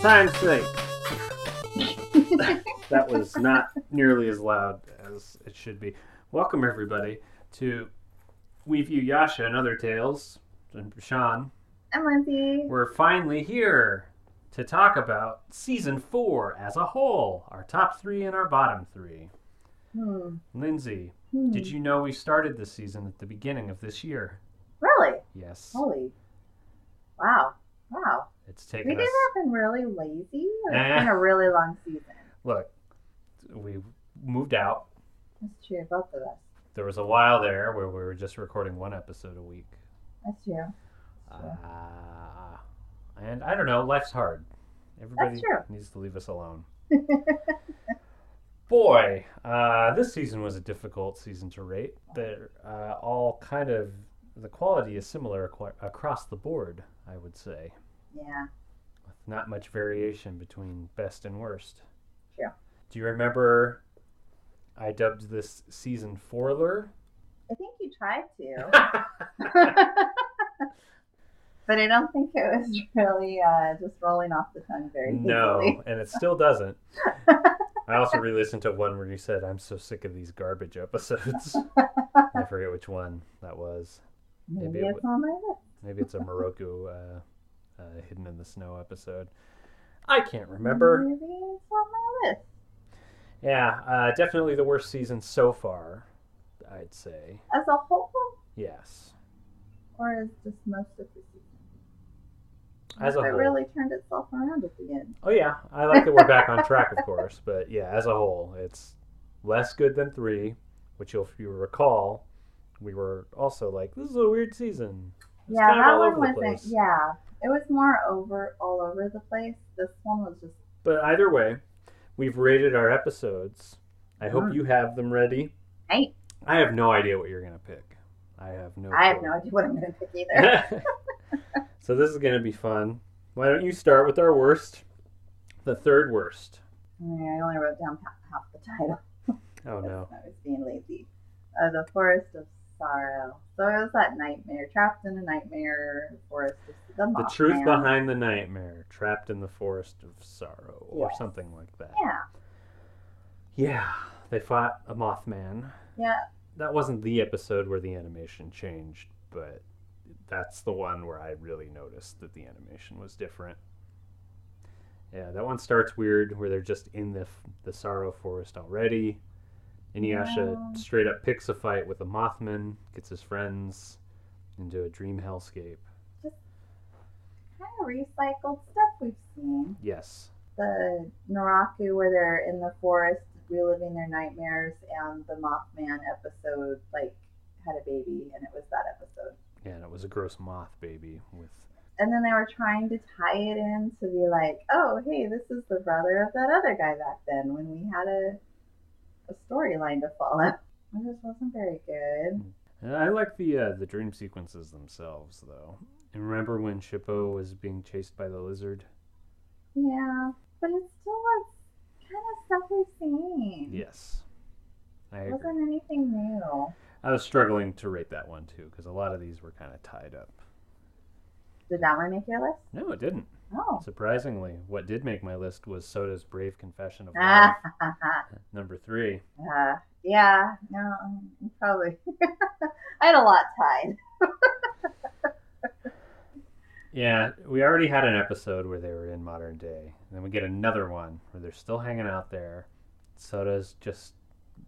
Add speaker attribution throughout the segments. Speaker 1: times six. that was not nearly as loud as it should be. Welcome everybody to We View Yasha and Other Tales. And Sean,
Speaker 2: I'm Lindsay.
Speaker 1: we're finally here to talk about season four as a whole, our top three and our bottom three.
Speaker 2: Hmm.
Speaker 1: Lindsay,
Speaker 2: Hmm.
Speaker 1: did you know we started this season at the beginning of this year?
Speaker 2: really?
Speaker 1: Yes.
Speaker 2: Holy. Wow. Wow.
Speaker 1: It's
Speaker 2: We
Speaker 1: taken
Speaker 2: did
Speaker 1: us
Speaker 2: have been really lazy. Or
Speaker 1: Eh.
Speaker 2: It's been a really long season.
Speaker 1: look, we moved out.
Speaker 2: That's true. Both of us.
Speaker 1: there was a while there where we were just recording one episode a week.
Speaker 2: That's true.
Speaker 1: Uh,
Speaker 2: Yeah.
Speaker 1: and I don't know, life's hard. Everybody
Speaker 2: true.
Speaker 1: needs to leave us alone. Boy, uh, this season was a difficult season to rate. They're uh, all kind of, the quality is similar aqua- across the board, I would say,
Speaker 2: Yeah.
Speaker 1: with not much variation between best and worst.
Speaker 2: Yeah.
Speaker 1: Do you remember I dubbed this season Forler?
Speaker 2: I think you tried to, but I don't think it was really uh, just rolling off the tongue very easily.
Speaker 1: No, and it still doesn't. I also re-listened to one where you said, "I'm so sick of these garbage episodes." I forget which one that was.
Speaker 2: Maybe,
Speaker 1: Maybe it
Speaker 2: it's on my list.
Speaker 1: Maybe it's a Moroku uh, uh, "Hidden in the Snow" episode. I can't remember.
Speaker 2: Maybe it's on my list. Mm-hmm.
Speaker 1: Yeah, uh, definitely the worst season so far. I'd say
Speaker 2: As a whole,
Speaker 1: yes.
Speaker 2: or is just most of the season?
Speaker 1: As a
Speaker 2: it
Speaker 1: whole.
Speaker 2: really turned itself around at the end.
Speaker 1: Oh yeah, I like that we're back on track, of course. But yeah, as a whole, it's less good than three, which you'll, if you recall, we were also like, "This is a weird season." It's
Speaker 2: yeah,
Speaker 1: kind of
Speaker 2: that
Speaker 1: all
Speaker 2: one
Speaker 1: over the
Speaker 2: wasn't.
Speaker 1: place.
Speaker 2: Yeah, it was more over all over the place. This one was just
Speaker 1: But either way, we've rated our episodes. I hope
Speaker 2: Mhm.
Speaker 1: you have them ready.
Speaker 2: Hey.
Speaker 1: I have no idea what you're gonna pick. I have no.
Speaker 2: I have
Speaker 1: clue.
Speaker 2: no idea what I'm going to pick either.
Speaker 1: so this is gonna be fun. Why don't you start with our worst, the third worst?
Speaker 2: I mean, I only wrote down half, half the title.
Speaker 1: Oh no.
Speaker 2: I was being lazy. Uh, the Forest of Sorrow. So it was that nightmare, trapped in a nightmare forest. Of the,
Speaker 1: The
Speaker 2: Mothman.
Speaker 1: truth behind the nightmare, trapped in the forest of sorrow, or
Speaker 2: Yes.
Speaker 1: something like that.
Speaker 2: Yeah,
Speaker 1: Yeah, they fought a Mothman.
Speaker 2: yeah,
Speaker 1: That wasn't the episode where the animation changed, but that's the one where I really noticed that the animation was different. Yeah, that one starts weird, where they're just in the f- the sorrow forest already. Inuyasha
Speaker 2: Yeah.
Speaker 1: straight up picks a fight with a Mothman, gets his friends into a dream hellscape.
Speaker 2: kind of recycled stuff we've seen.
Speaker 1: Yes,
Speaker 2: The Naraku, where they're in the forest reliving their nightmares, and the Mothman episode, like had a baby, and it was that episode.
Speaker 1: and it was a gross moth baby with
Speaker 2: and then they were trying to tie it in to be like, oh, hey, this is the brother of that other guy back then when we had a a storyline to follow. It just wasn't very good.
Speaker 1: Uh, I like the uh, the dream sequences themselves, though. And remember when Shippo was being chased by the lizard?
Speaker 2: Yeah, but it still was kind of stuff we've seen.
Speaker 1: Yes, I
Speaker 2: It
Speaker 1: agree.
Speaker 2: wasn't anything new.
Speaker 1: I was struggling to rate that one too because a lot of these were kind of tied up.
Speaker 2: Did that one make your list?
Speaker 1: No, it didn't.
Speaker 2: Oh.
Speaker 1: Surprisingly, what did make my list was Soda's brave confession of love,
Speaker 2: Ah, ha, ha,
Speaker 1: number three.
Speaker 2: ha. uh, yeah, no, um, probably. I had a lot tied.
Speaker 1: Yeah, we already had an episode where they were in modern day. And then we get another one where they're still hanging out there. Soda's just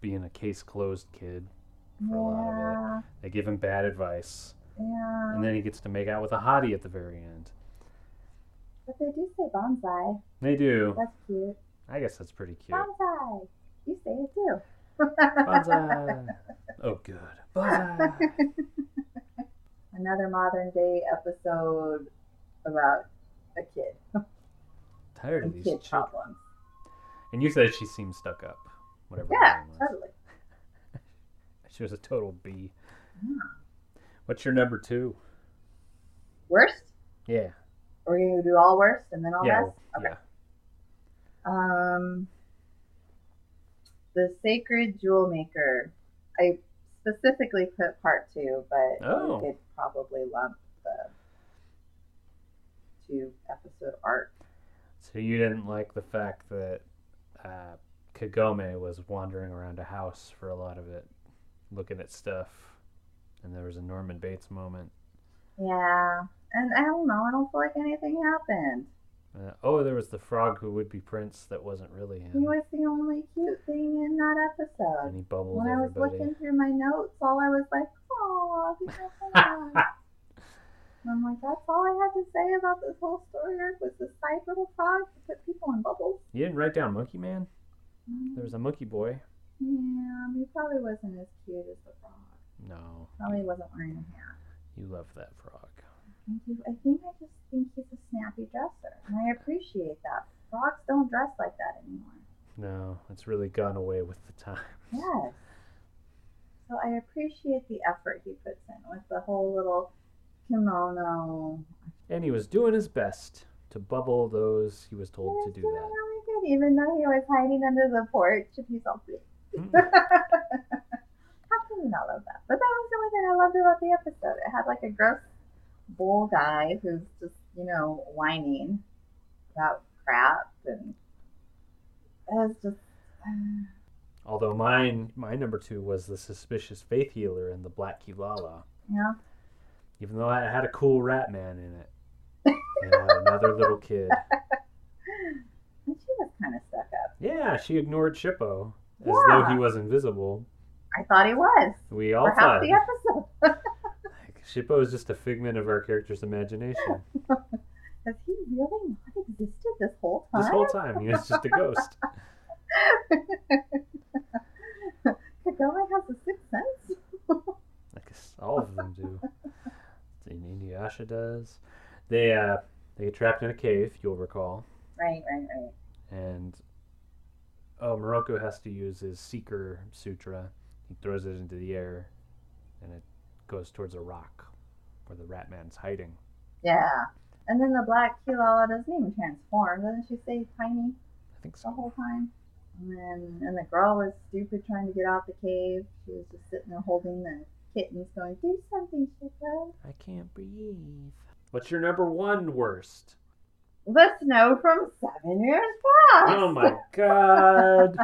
Speaker 1: being a case closed kid. For a lot
Speaker 2: Yeah,
Speaker 1: They give him bad advice.
Speaker 2: yeah.
Speaker 1: And then he gets to make out with a hottie at the very end.
Speaker 2: But they do say bonsai.
Speaker 1: They do.
Speaker 2: That's cute.
Speaker 1: I guess that's pretty cute.
Speaker 2: Bonsai. You say it too.
Speaker 1: Bonsai. Oh, good. Bonsai.
Speaker 2: Another modern day episode about a kid
Speaker 1: Tired of
Speaker 2: and
Speaker 1: these
Speaker 2: kid
Speaker 1: children.
Speaker 2: problems.
Speaker 1: And you said she seemed stuck up. Whatever. her
Speaker 2: Yeah,
Speaker 1: name was.
Speaker 2: totally.
Speaker 1: She was a total B.
Speaker 2: Yeah.
Speaker 1: What's your number two?
Speaker 2: Worst?
Speaker 1: Yeah.
Speaker 2: We're gonna do all worst and then all
Speaker 1: yeah.
Speaker 2: best.
Speaker 1: well, yeah.
Speaker 2: Um, the sacred jewel maker. I specifically put part two, but
Speaker 1: Oh.
Speaker 2: we could probably lump the two episode arc.
Speaker 1: So you didn't like the fact that uh, Kagome was wandering around a house for a lot of it, looking at stuff, and there was a Norman Bates moment.
Speaker 2: Yeah. And I don't know. I don't feel like anything happened.
Speaker 1: Uh, oh, there was the frog who would be prince that wasn't really
Speaker 2: He
Speaker 1: him,
Speaker 2: was the only cute thing in that
Speaker 1: and
Speaker 2: episode.
Speaker 1: he bubbles
Speaker 2: When I was
Speaker 1: everybody.
Speaker 2: looking through my notes, all I was like, oh, he's so sad." And I'm like, that's all I had to say about this whole story arc was this side little frog that put people in bubbles.
Speaker 1: You didn't write down Monkey Man. There was a Monkey Boy.
Speaker 2: Um, Yeah, he probably wasn't as cute as the frog.
Speaker 1: No,
Speaker 2: Probably wasn't wearing a hat.
Speaker 1: you love that frog.
Speaker 2: I think, I think I just think he's a snappy dresser, and I appreciate that. Frogs don't dress like that anymore.
Speaker 1: No, it's really gone away with the times.
Speaker 2: Yes. So I appreciate the effort he puts in with the whole little kimono.
Speaker 1: And he was doing his best to bubble those he was
Speaker 2: He
Speaker 1: told
Speaker 2: was
Speaker 1: to do
Speaker 2: doing really good, even though he was hiding under the porch and he's all bleh.
Speaker 1: that. Hmm.
Speaker 2: How can you not love that? But that was the only thing I loved about the episode. It had like a gross bull guy who's just, you know, whining about crap and it was just
Speaker 1: Although mine, my number two was the suspicious faith healer and the Black Kilala,
Speaker 2: you know.
Speaker 1: even though it had a cool rat man in it. And another little kid.
Speaker 2: And she was kinda stuck up.
Speaker 1: Yeah, she ignored Shippo as though he
Speaker 2: Yeah.
Speaker 1: was invisible.
Speaker 2: I thought he was.
Speaker 1: We all
Speaker 2: For half
Speaker 1: thought
Speaker 2: the episode.
Speaker 1: like, Shippo is just a figment of our character's imagination.
Speaker 2: Has he really not existed this whole time?
Speaker 1: This whole time, he was just a ghost.
Speaker 2: Kagome has a sixth sense.
Speaker 1: I guess all of them do. And Inuyasha does. They uh, they get trapped in a cave, you'll recall,
Speaker 2: Right, right, right.
Speaker 1: and oh, Morocco has to use his Seeker Sutra. He throws it into the air, and it goes towards a rock where the Rat Man's hiding.
Speaker 2: Yeah. And then the black Kilala doesn't even transform. Doesn't she stay tiny?
Speaker 1: I think
Speaker 2: the
Speaker 1: so.
Speaker 2: whole time. And then, and the girl was stupid trying to get out the cave. She was just sitting there holding the kittens, going, "Do something, Shiko."
Speaker 1: I can't breathe. What's your number one worst?
Speaker 2: The snow from seven years past.
Speaker 1: Oh my god!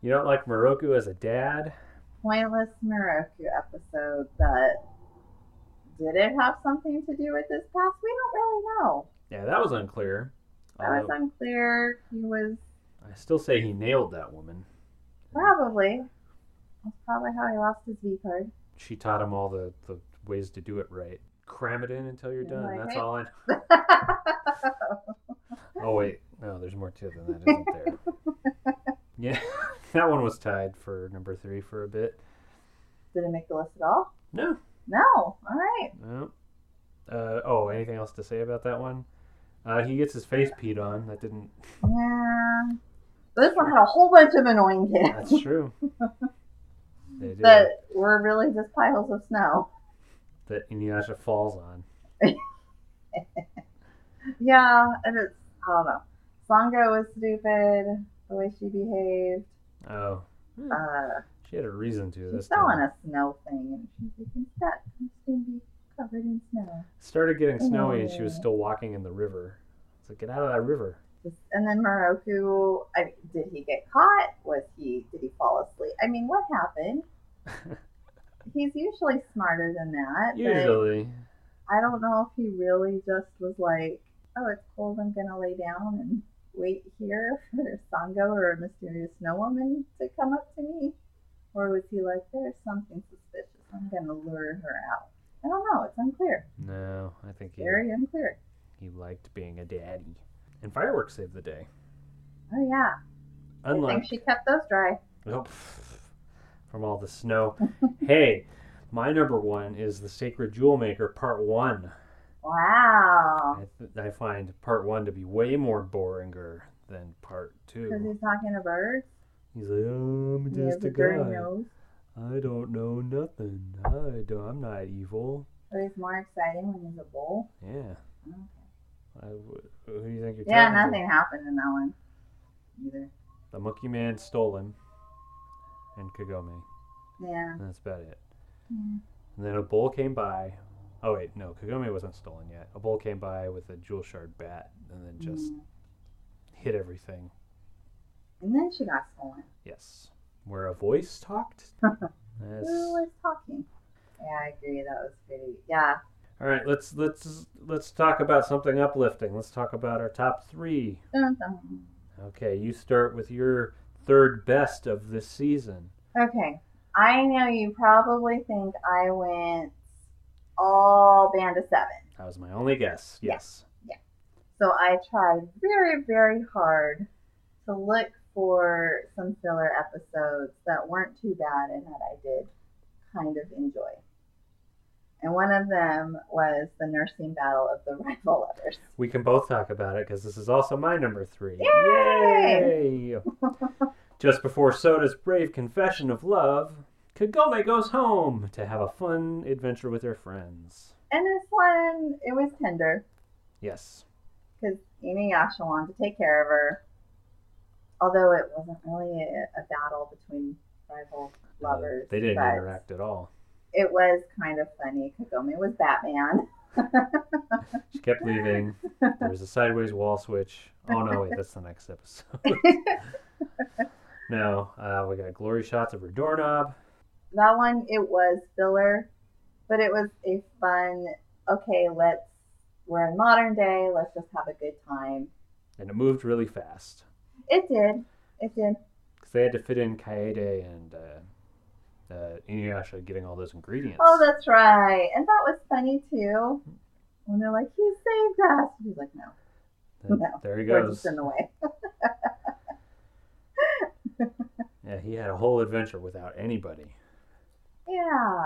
Speaker 1: You don't like Moroku as a dad?
Speaker 2: Pointless Moroku episode that did it have something to do with this past? We don't really know.
Speaker 1: Yeah, that was unclear.
Speaker 2: That was
Speaker 1: although-
Speaker 2: unclear. He was
Speaker 1: I still say he nailed that woman.
Speaker 2: probably that's probably how he lost his V card.
Speaker 1: She taught him all the, the ways to do it right. Cram it in until you're
Speaker 2: Yeah,
Speaker 1: done.
Speaker 2: like,
Speaker 1: That's
Speaker 2: hey.
Speaker 1: all I know. Oh, wait. No, there's more to it than that, isn't there? yeah, that one was tied for number three for a bit.
Speaker 2: did it make the list at all?
Speaker 1: No.
Speaker 2: No. All right.
Speaker 1: No. Uh, oh, anything else to say about that one? Uh, he gets his face peed on. That didn't.
Speaker 2: Yeah. This one had a whole bunch of annoying kids
Speaker 1: That's true. they did.
Speaker 2: that were really just piles of snow.
Speaker 1: That Inuyasha falls on.
Speaker 2: Yeah, and it's I don't know. Sango was stupid the way she behaved.
Speaker 1: Oh.
Speaker 2: Uh,
Speaker 1: She had a reason to
Speaker 2: she
Speaker 1: this
Speaker 2: fell on
Speaker 1: time.
Speaker 2: a snow thing and she's like, "I'm stuck. I'm just gonna be covered in snow."
Speaker 1: started getting snowy and she was
Speaker 2: Yeah.
Speaker 1: still walking in the river. It's like, get out of that river.
Speaker 2: Just, and then Moroku, I mean, did he get caught? Was he? Did he fall asleep? I mean, what happened? He's usually smarter than that. but-
Speaker 1: Usually.
Speaker 2: I don't know if he really just was like, oh, it's cold, I'm gonna lay down and wait here for Sango or a mysterious snow woman to come up to me. Or was he like, there's something suspicious, I'm gonna lure her out? I don't know, it's unclear.
Speaker 1: No, I think he,
Speaker 2: Very unclear.
Speaker 1: he liked being a daddy. And fireworks saved the day.
Speaker 2: Oh, yeah. I
Speaker 1: Unlike
Speaker 2: think she kept those dry.
Speaker 1: Oh, pff, from all the snow. hey, my number one is the Sacred Jewel Maker Part One.
Speaker 2: Wow.
Speaker 1: I, th- I find Part One to be way more boringer than Part
Speaker 2: Because
Speaker 1: Two.
Speaker 2: he's talking to birds.
Speaker 1: He's like, I'm
Speaker 2: He has
Speaker 1: just a
Speaker 2: a dirty
Speaker 1: guy.
Speaker 2: nose.
Speaker 1: I don't know nothing. I don't, I'm not evil.
Speaker 2: So he's more exciting when he's a bull.
Speaker 1: Yeah.
Speaker 2: Okay.
Speaker 1: I w- who do you think you're
Speaker 2: Yeah,
Speaker 1: talking to?
Speaker 2: nothing happened in that one either.
Speaker 1: The monkey man stole him, and Kagome.
Speaker 2: Yeah.
Speaker 1: And that's about it.
Speaker 2: yeah.
Speaker 1: And then a bull came by Oh wait, no, Kagome wasn't stolen yet. A bull came by with a jewel shard bat and then just
Speaker 2: Mm.
Speaker 1: hit everything.
Speaker 2: And then she got stolen.
Speaker 1: Yes. Where a voice talked? That's-
Speaker 2: Who was talking? Yeah, I agree. That was pretty. Yeah.
Speaker 1: All right, let's let's let's talk about something uplifting. Let's talk about our top 3.
Speaker 2: Dun, dun.
Speaker 1: Okay, you start with your third best of this season.
Speaker 2: Okay. I know you probably think I went all band of seven.
Speaker 1: That was my only guess.
Speaker 2: Yeah.
Speaker 1: Yes.
Speaker 2: So I tried very, very hard to look for some filler episodes that weren't too bad and that I did kind of enjoy. And one of them was the nursing battle of the rival letters.
Speaker 1: We can both talk about it because this is also my number three.
Speaker 2: Yay!
Speaker 1: Yay! Just before Soda's brave confession of love, Kagome goes home to have a fun adventure with her friends.
Speaker 2: And this one, it was tender.
Speaker 1: Yes.
Speaker 2: because Inuyasha wanted to take care of her. Although it wasn't really a, a battle between rival
Speaker 1: Uh,
Speaker 2: lovers,
Speaker 1: they didn't
Speaker 2: but
Speaker 1: interact at all.
Speaker 2: It was kind of funny. Kagome was Batman.
Speaker 1: She kept leaving. There was a sideways wall switch. Oh no, wait, that's the next episode. no, uh, we got glory shots of her doorknob.
Speaker 2: that one, it was filler, but it was a fun. Okay, let's. We're in modern day. Let's just have a good time.
Speaker 1: And it moved really fast.
Speaker 2: It did. It did.
Speaker 1: Because they had to fit in Kaede and uh, uh, Inuyasha getting all those ingredients.
Speaker 2: Oh, that's right. And that was funny too. When they're like, "You saved us," he's like, "No,
Speaker 1: Th-
Speaker 2: no.
Speaker 1: There he
Speaker 2: we're
Speaker 1: goes.
Speaker 2: just in the way."
Speaker 1: Yeah, he had a whole adventure without anybody.
Speaker 2: Yeah,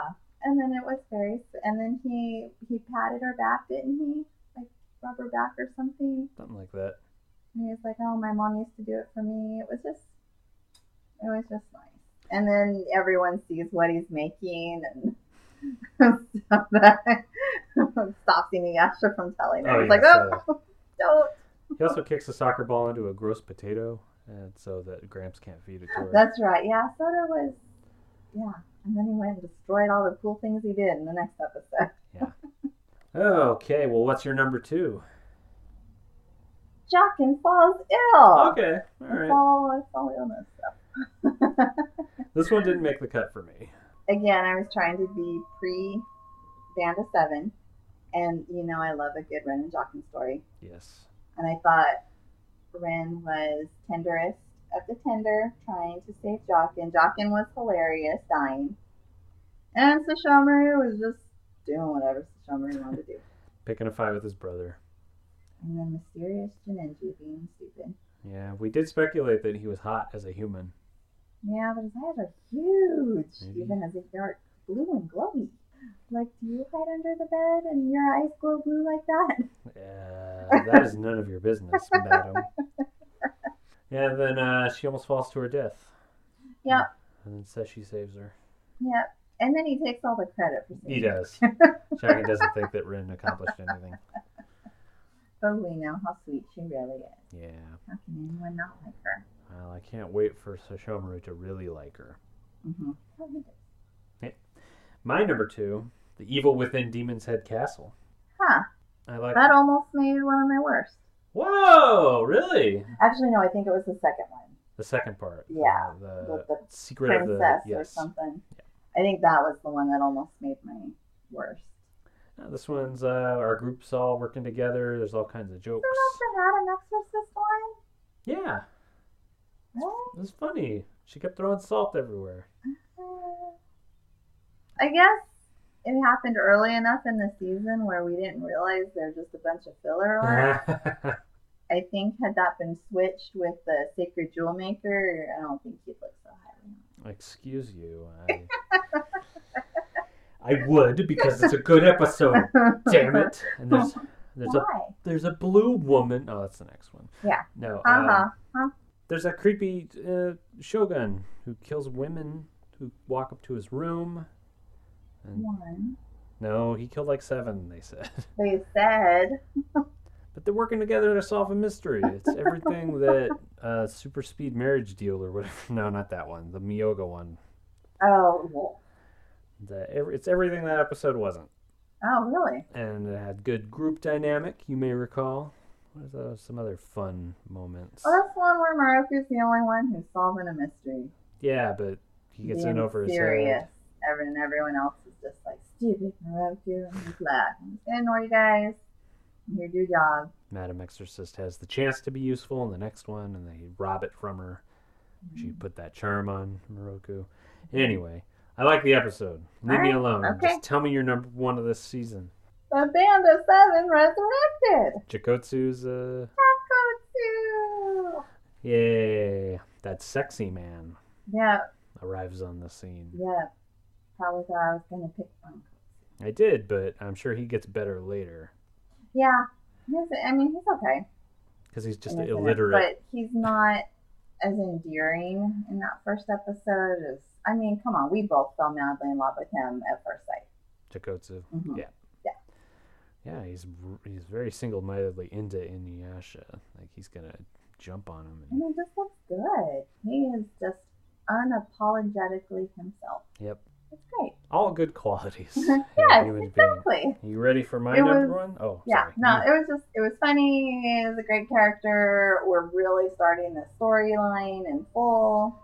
Speaker 2: and then it was very, s- and then he he patted her back, didn't he? Like rub her back or something.
Speaker 1: Something like that.
Speaker 2: And he was like, "Oh, my mom used to do it for me." It was just, it was just nice. And then everyone sees what he's making, and so that stops Inuyasha from telling her.
Speaker 1: Oh,
Speaker 2: he's
Speaker 1: yeah,
Speaker 2: like, "Oh, don't."
Speaker 1: He also kicks a soccer ball into a gross potato, and so that Gramps can't feed it to her.
Speaker 2: That's right. Yeah, Soda was, yeah. And then he went and destroyed all the cool things he did in the next episode.
Speaker 1: okay, well, what's your number two?
Speaker 2: Jock and falls ill.
Speaker 1: Okay, all
Speaker 2: It's
Speaker 1: right.
Speaker 2: all, it's all illness stuff.
Speaker 1: This one didn't make the cut for me.
Speaker 2: Again, I was trying to be pre Band of Seven, and you know I love a good Ren and Jockin story.
Speaker 1: Yes.
Speaker 2: And I thought Ren was tenderest of the tender, trying to save Jockin. Jockin was hilarious, dying. And Sashomaru was just doing whatever Sashomaru wanted to do.
Speaker 1: Picking a fight with his brother.
Speaker 2: And then mysterious Jinenji being stupid.
Speaker 1: Yeah, we did speculate that he was hot as a human.
Speaker 2: Yeah, but his eyes are huge,
Speaker 1: Maybe.
Speaker 2: even as if dark blue and glowy. Like, do you hide under the bed and your eyes glow blue like that?
Speaker 1: Uh, that is none of your business, madam. Yeah, then uh, she almost falls to her death.
Speaker 2: Yeah.
Speaker 1: And then says she saves her.
Speaker 2: Yeah. And then he takes all the credit for
Speaker 1: He
Speaker 2: saying it.
Speaker 1: does. Shaggy doesn't think that Rin accomplished anything.
Speaker 2: But we know how sweet she really is.
Speaker 1: Yeah.
Speaker 2: How can anyone not like her?
Speaker 1: Well, I can't wait for Sashomaru to really like her.
Speaker 2: Mm-hmm.
Speaker 1: My number two, the evil within Demon's Head Castle.
Speaker 2: Huh.
Speaker 1: I like.
Speaker 2: That almost made one of my worst.
Speaker 1: Whoa! Really?
Speaker 2: Actually, no, I think it was the second one.
Speaker 1: The second part.
Speaker 2: Yeah,
Speaker 1: uh, The,
Speaker 2: With the
Speaker 1: secret of the
Speaker 2: princess or
Speaker 1: yes.
Speaker 2: something. I think that was the one that almost made my worst.
Speaker 1: Uh, This one's uh, our group's all working together. There's all kinds of jokes.
Speaker 2: So after that, an exorcist line?
Speaker 1: Yeah,
Speaker 2: Really?
Speaker 1: it was funny. She kept throwing salt everywhere.
Speaker 2: I guess it happened early enough in the season where we didn't realize they're just a bunch of filler art. I think had that been switched with the Sacred Jewel Maker, I don't think he'd look so highly.
Speaker 1: Excuse you. I, I would because it's a good episode. Damn it! And there's there's a
Speaker 2: Why?
Speaker 1: there's a blue woman. Oh, that's the next one.
Speaker 2: Yeah.
Speaker 1: No.
Speaker 2: Uh
Speaker 1: um,
Speaker 2: huh.
Speaker 1: there's that creepy uh, shogun who kills women who walk up to his room. And
Speaker 2: One.
Speaker 1: no, he killed like seven. They said.
Speaker 2: They said
Speaker 1: But they're working together to solve a mystery. It's everything that uh, Super Speed Marriage Deal or whatever. No, not that one. The Miyoga one.
Speaker 2: Oh well.
Speaker 1: The, ev- it's everything that episode wasn't.
Speaker 2: Oh, really?
Speaker 1: and it had good group dynamic. You may recall. What is that? Some other fun moments.
Speaker 2: Well, that's the one where Maroku's the only one who's solving a mystery.
Speaker 1: Yeah, but he gets
Speaker 2: Being
Speaker 1: in over his
Speaker 2: serious.
Speaker 1: head.
Speaker 2: Every- and everyone else is just like, stupid Maroku, and he's black. I'm just gonna ignore you guys. You do your job.
Speaker 1: Madam Exorcist has the chance to be useful in the next one, and they rob it from her. She
Speaker 2: Mm.
Speaker 1: put that charm on Moroku. Anyway, I like the episode. Leave me
Speaker 2: Alright,
Speaker 1: alone.
Speaker 2: okay.
Speaker 1: Just tell me your number one of this season.
Speaker 2: The band of seven resurrected.
Speaker 1: Jakotsu's, uh,
Speaker 2: Hakotsu.
Speaker 1: yay. That sexy man
Speaker 2: Yeah,
Speaker 1: arrives on the scene.
Speaker 2: yeah. Probably thought I was gonna pick one.
Speaker 1: I did, but I'm sure he gets better later
Speaker 2: Yeah, he's, I mean he's okay.
Speaker 1: because he's just
Speaker 2: in this
Speaker 1: illiterate.
Speaker 2: but he's not as endearing in that first episode. As I mean, come on, we both fell madly in love with him at first sight.
Speaker 1: Jakotsu.
Speaker 2: Mhm.
Speaker 1: Yeah. Yeah, he's r- he's very single-mindedly into Inuyasha. Like he's gonna jump on him.
Speaker 2: And
Speaker 1: And,
Speaker 2: he just looks good. He is just unapologetically himself.
Speaker 1: yep,
Speaker 2: It's great.
Speaker 1: all good qualities. in a
Speaker 2: Yes,
Speaker 1: human being.
Speaker 2: exactly.
Speaker 1: You ready for my
Speaker 2: It
Speaker 1: number
Speaker 2: was-
Speaker 1: one? Oh,
Speaker 2: Yeah,
Speaker 1: sorry.
Speaker 2: no,
Speaker 1: You-
Speaker 2: it was just, it was funny. It was a great character. We're really starting the storyline in full.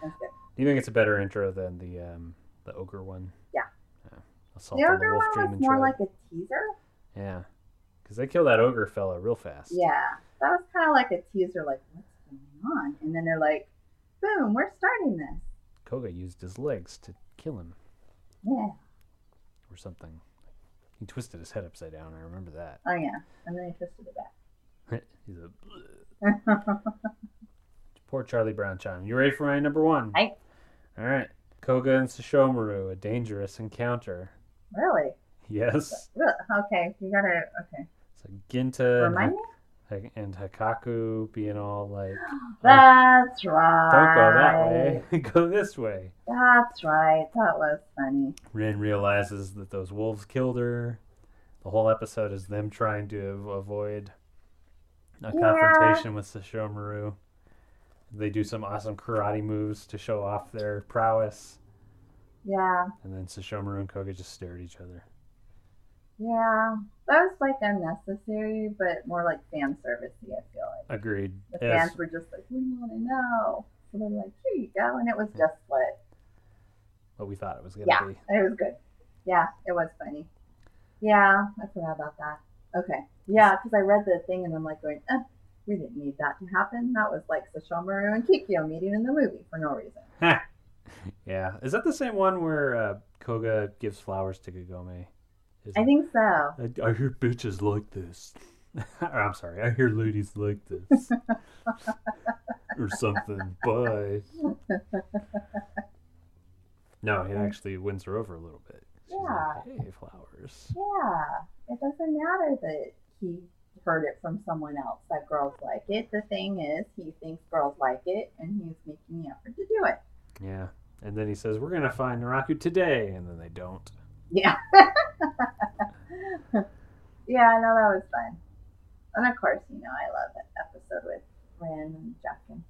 Speaker 2: That's good.
Speaker 1: Do you think it's a better intro than the um the ogre one?
Speaker 2: Yeah.
Speaker 1: Yeah.
Speaker 2: The
Speaker 1: Assault on the
Speaker 2: other
Speaker 1: Wolf
Speaker 2: one
Speaker 1: Dream
Speaker 2: was
Speaker 1: and
Speaker 2: more
Speaker 1: Tread.
Speaker 2: like a teaser.
Speaker 1: Yeah, because they kill that ogre fella real fast.
Speaker 2: Yeah, that was kind of like a teaser, like, what's going on? And then they're like, boom, we're starting this.
Speaker 1: Koga used his legs to kill him
Speaker 2: Yeah.
Speaker 1: or something. He twisted his head upside down. I remember that.
Speaker 2: Oh, yeah. And then he twisted it
Speaker 1: He's a
Speaker 2: back.
Speaker 1: Poor Charlie Brown Chan. You ready for my number one?
Speaker 2: Aye.
Speaker 1: All right. Koga and Sashomaru, a dangerous encounter.
Speaker 2: really?
Speaker 1: Yes.
Speaker 2: Really? Okay, you gotta, okay.
Speaker 1: So Ginta and,
Speaker 2: Remind me?
Speaker 1: Ha- and Hakaku being all like, "Oh,
Speaker 2: That's right.
Speaker 1: don't go that way. go this way.
Speaker 2: That's right. That was funny.
Speaker 1: Rin realizes that those wolves killed her. The whole episode is them trying to av- avoid a
Speaker 2: Yeah.
Speaker 1: confrontation with Sashomaru. They do some awesome karate moves to show off their prowess.
Speaker 2: Yeah,
Speaker 1: And then Sashomaru and Koga just stare at each other.
Speaker 2: yeah. That was like unnecessary, but more like fan servicey. I feel like
Speaker 1: Agreed.
Speaker 2: the
Speaker 1: Yes.
Speaker 2: fans were just like, "We want to know," so they're like, "Here you go," and it was just what
Speaker 1: What we thought it was gonna
Speaker 2: Yeah.
Speaker 1: be.
Speaker 2: it was good. Yeah, it was funny. Yeah, I forgot about that. Okay, yeah, because I read the thing and I'm like going, eh, "We didn't need that to happen." That was like Sashomaru and Kikyo meeting in the movie for no reason.
Speaker 1: Yeah. Is that the same one where uh, Koga gives flowers to Kagome? Is
Speaker 2: I
Speaker 1: it-
Speaker 2: think so.
Speaker 1: I, I hear bitches like this. Or, I'm sorry. I hear ladies like this. or something. Bye. No, it actually wins her over a little bit. She's like, hey, flowers.
Speaker 2: Yeah, it doesn't matter that he heard it from someone else that girls like it. The thing is, he thinks girls like it, and he's making the effort to do it.
Speaker 1: Yeah. And then he says, We're going to find Naraku today. And then they don't.
Speaker 2: Yeah. yeah, no, that was fun. And of course, you know, I love that episode with Ren and Jackin.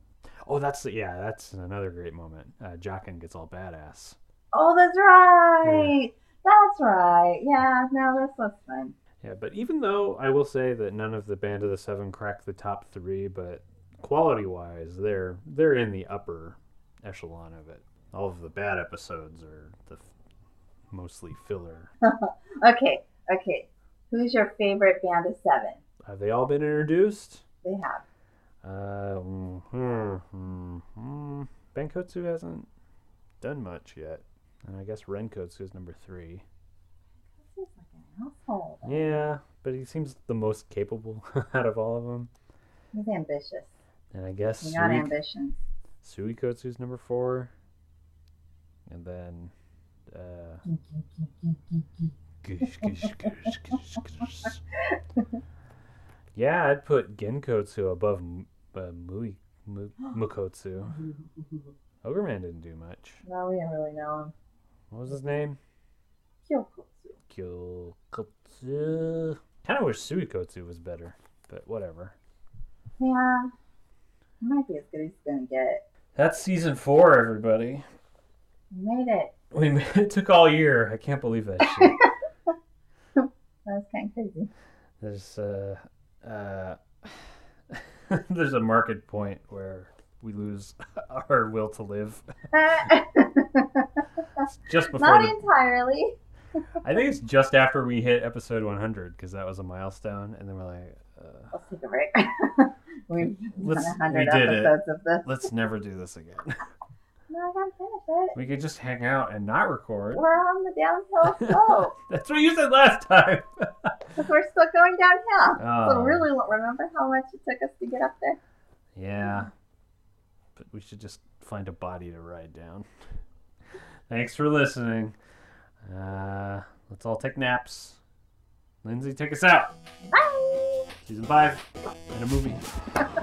Speaker 1: Oh, that's yeah, that's another great moment. Uh, Jockin gets all badass.
Speaker 2: Oh, that's right. That's right. Yeah, no, this was fun.
Speaker 1: Yeah, but even though I will say that none of the Band of the Seven cracked the top three, but quality-wise, they're they're in the upper echelon of it. All of the bad episodes are the f- mostly filler.
Speaker 2: Okay, okay. Who's your favorite band of seven?
Speaker 1: Have they all been introduced?
Speaker 2: They have.
Speaker 1: Uh, mm, hmm, hmm, hmm. Benkotsu hasn't done much yet, and I guess Renkotsu is number three.
Speaker 2: This is like an asshole.
Speaker 1: Yeah, but he seems the most capable out of all of them.
Speaker 2: He's ambitious.
Speaker 1: And I guess
Speaker 2: You got
Speaker 1: Suik-
Speaker 2: ambitions.
Speaker 1: Suikotsu's number four. And then uh gish, gish, gish, gish, gish. Yeah, I'd put Genkotsu above M- uh, Mui Mu- Mukotsu.
Speaker 2: no,
Speaker 1: Ogreman didn't do much.
Speaker 2: we didn't really know him.
Speaker 1: What was his name?
Speaker 2: Kyokutsu.
Speaker 1: Kyokotsu. Kind of wish Suikotsu was better, but whatever.
Speaker 2: Yeah. He might be as good as he's gonna get.
Speaker 1: That's season four, everybody.
Speaker 2: We made it.
Speaker 1: We made, it took all year. I can't believe that shit.
Speaker 2: crazy.
Speaker 1: There's uh, uh, there's a market point where we lose our will to live. It's just before
Speaker 2: Not
Speaker 1: the-
Speaker 2: entirely.
Speaker 1: I think it's just after we hit episode 100 because that was a milestone, and then we're like, uh,
Speaker 2: Let's take a break. We've
Speaker 1: Let's-
Speaker 2: done a hundred
Speaker 1: we did it.
Speaker 2: episodes of this.
Speaker 1: let's never do this again.
Speaker 2: No, I gotta finish it.
Speaker 1: We could just hang out and not record.
Speaker 2: We're on the downhill slope
Speaker 1: That's what you said last time.
Speaker 2: because we're still going downhill. So
Speaker 1: Oh,
Speaker 2: really, remember how much it took us to get up there?
Speaker 1: Yeah, but we should just find a body to ride down. Thanks for listening. Uh, let's all take naps. Lindsay, take us out.
Speaker 2: Bye.
Speaker 1: Season five and a movie.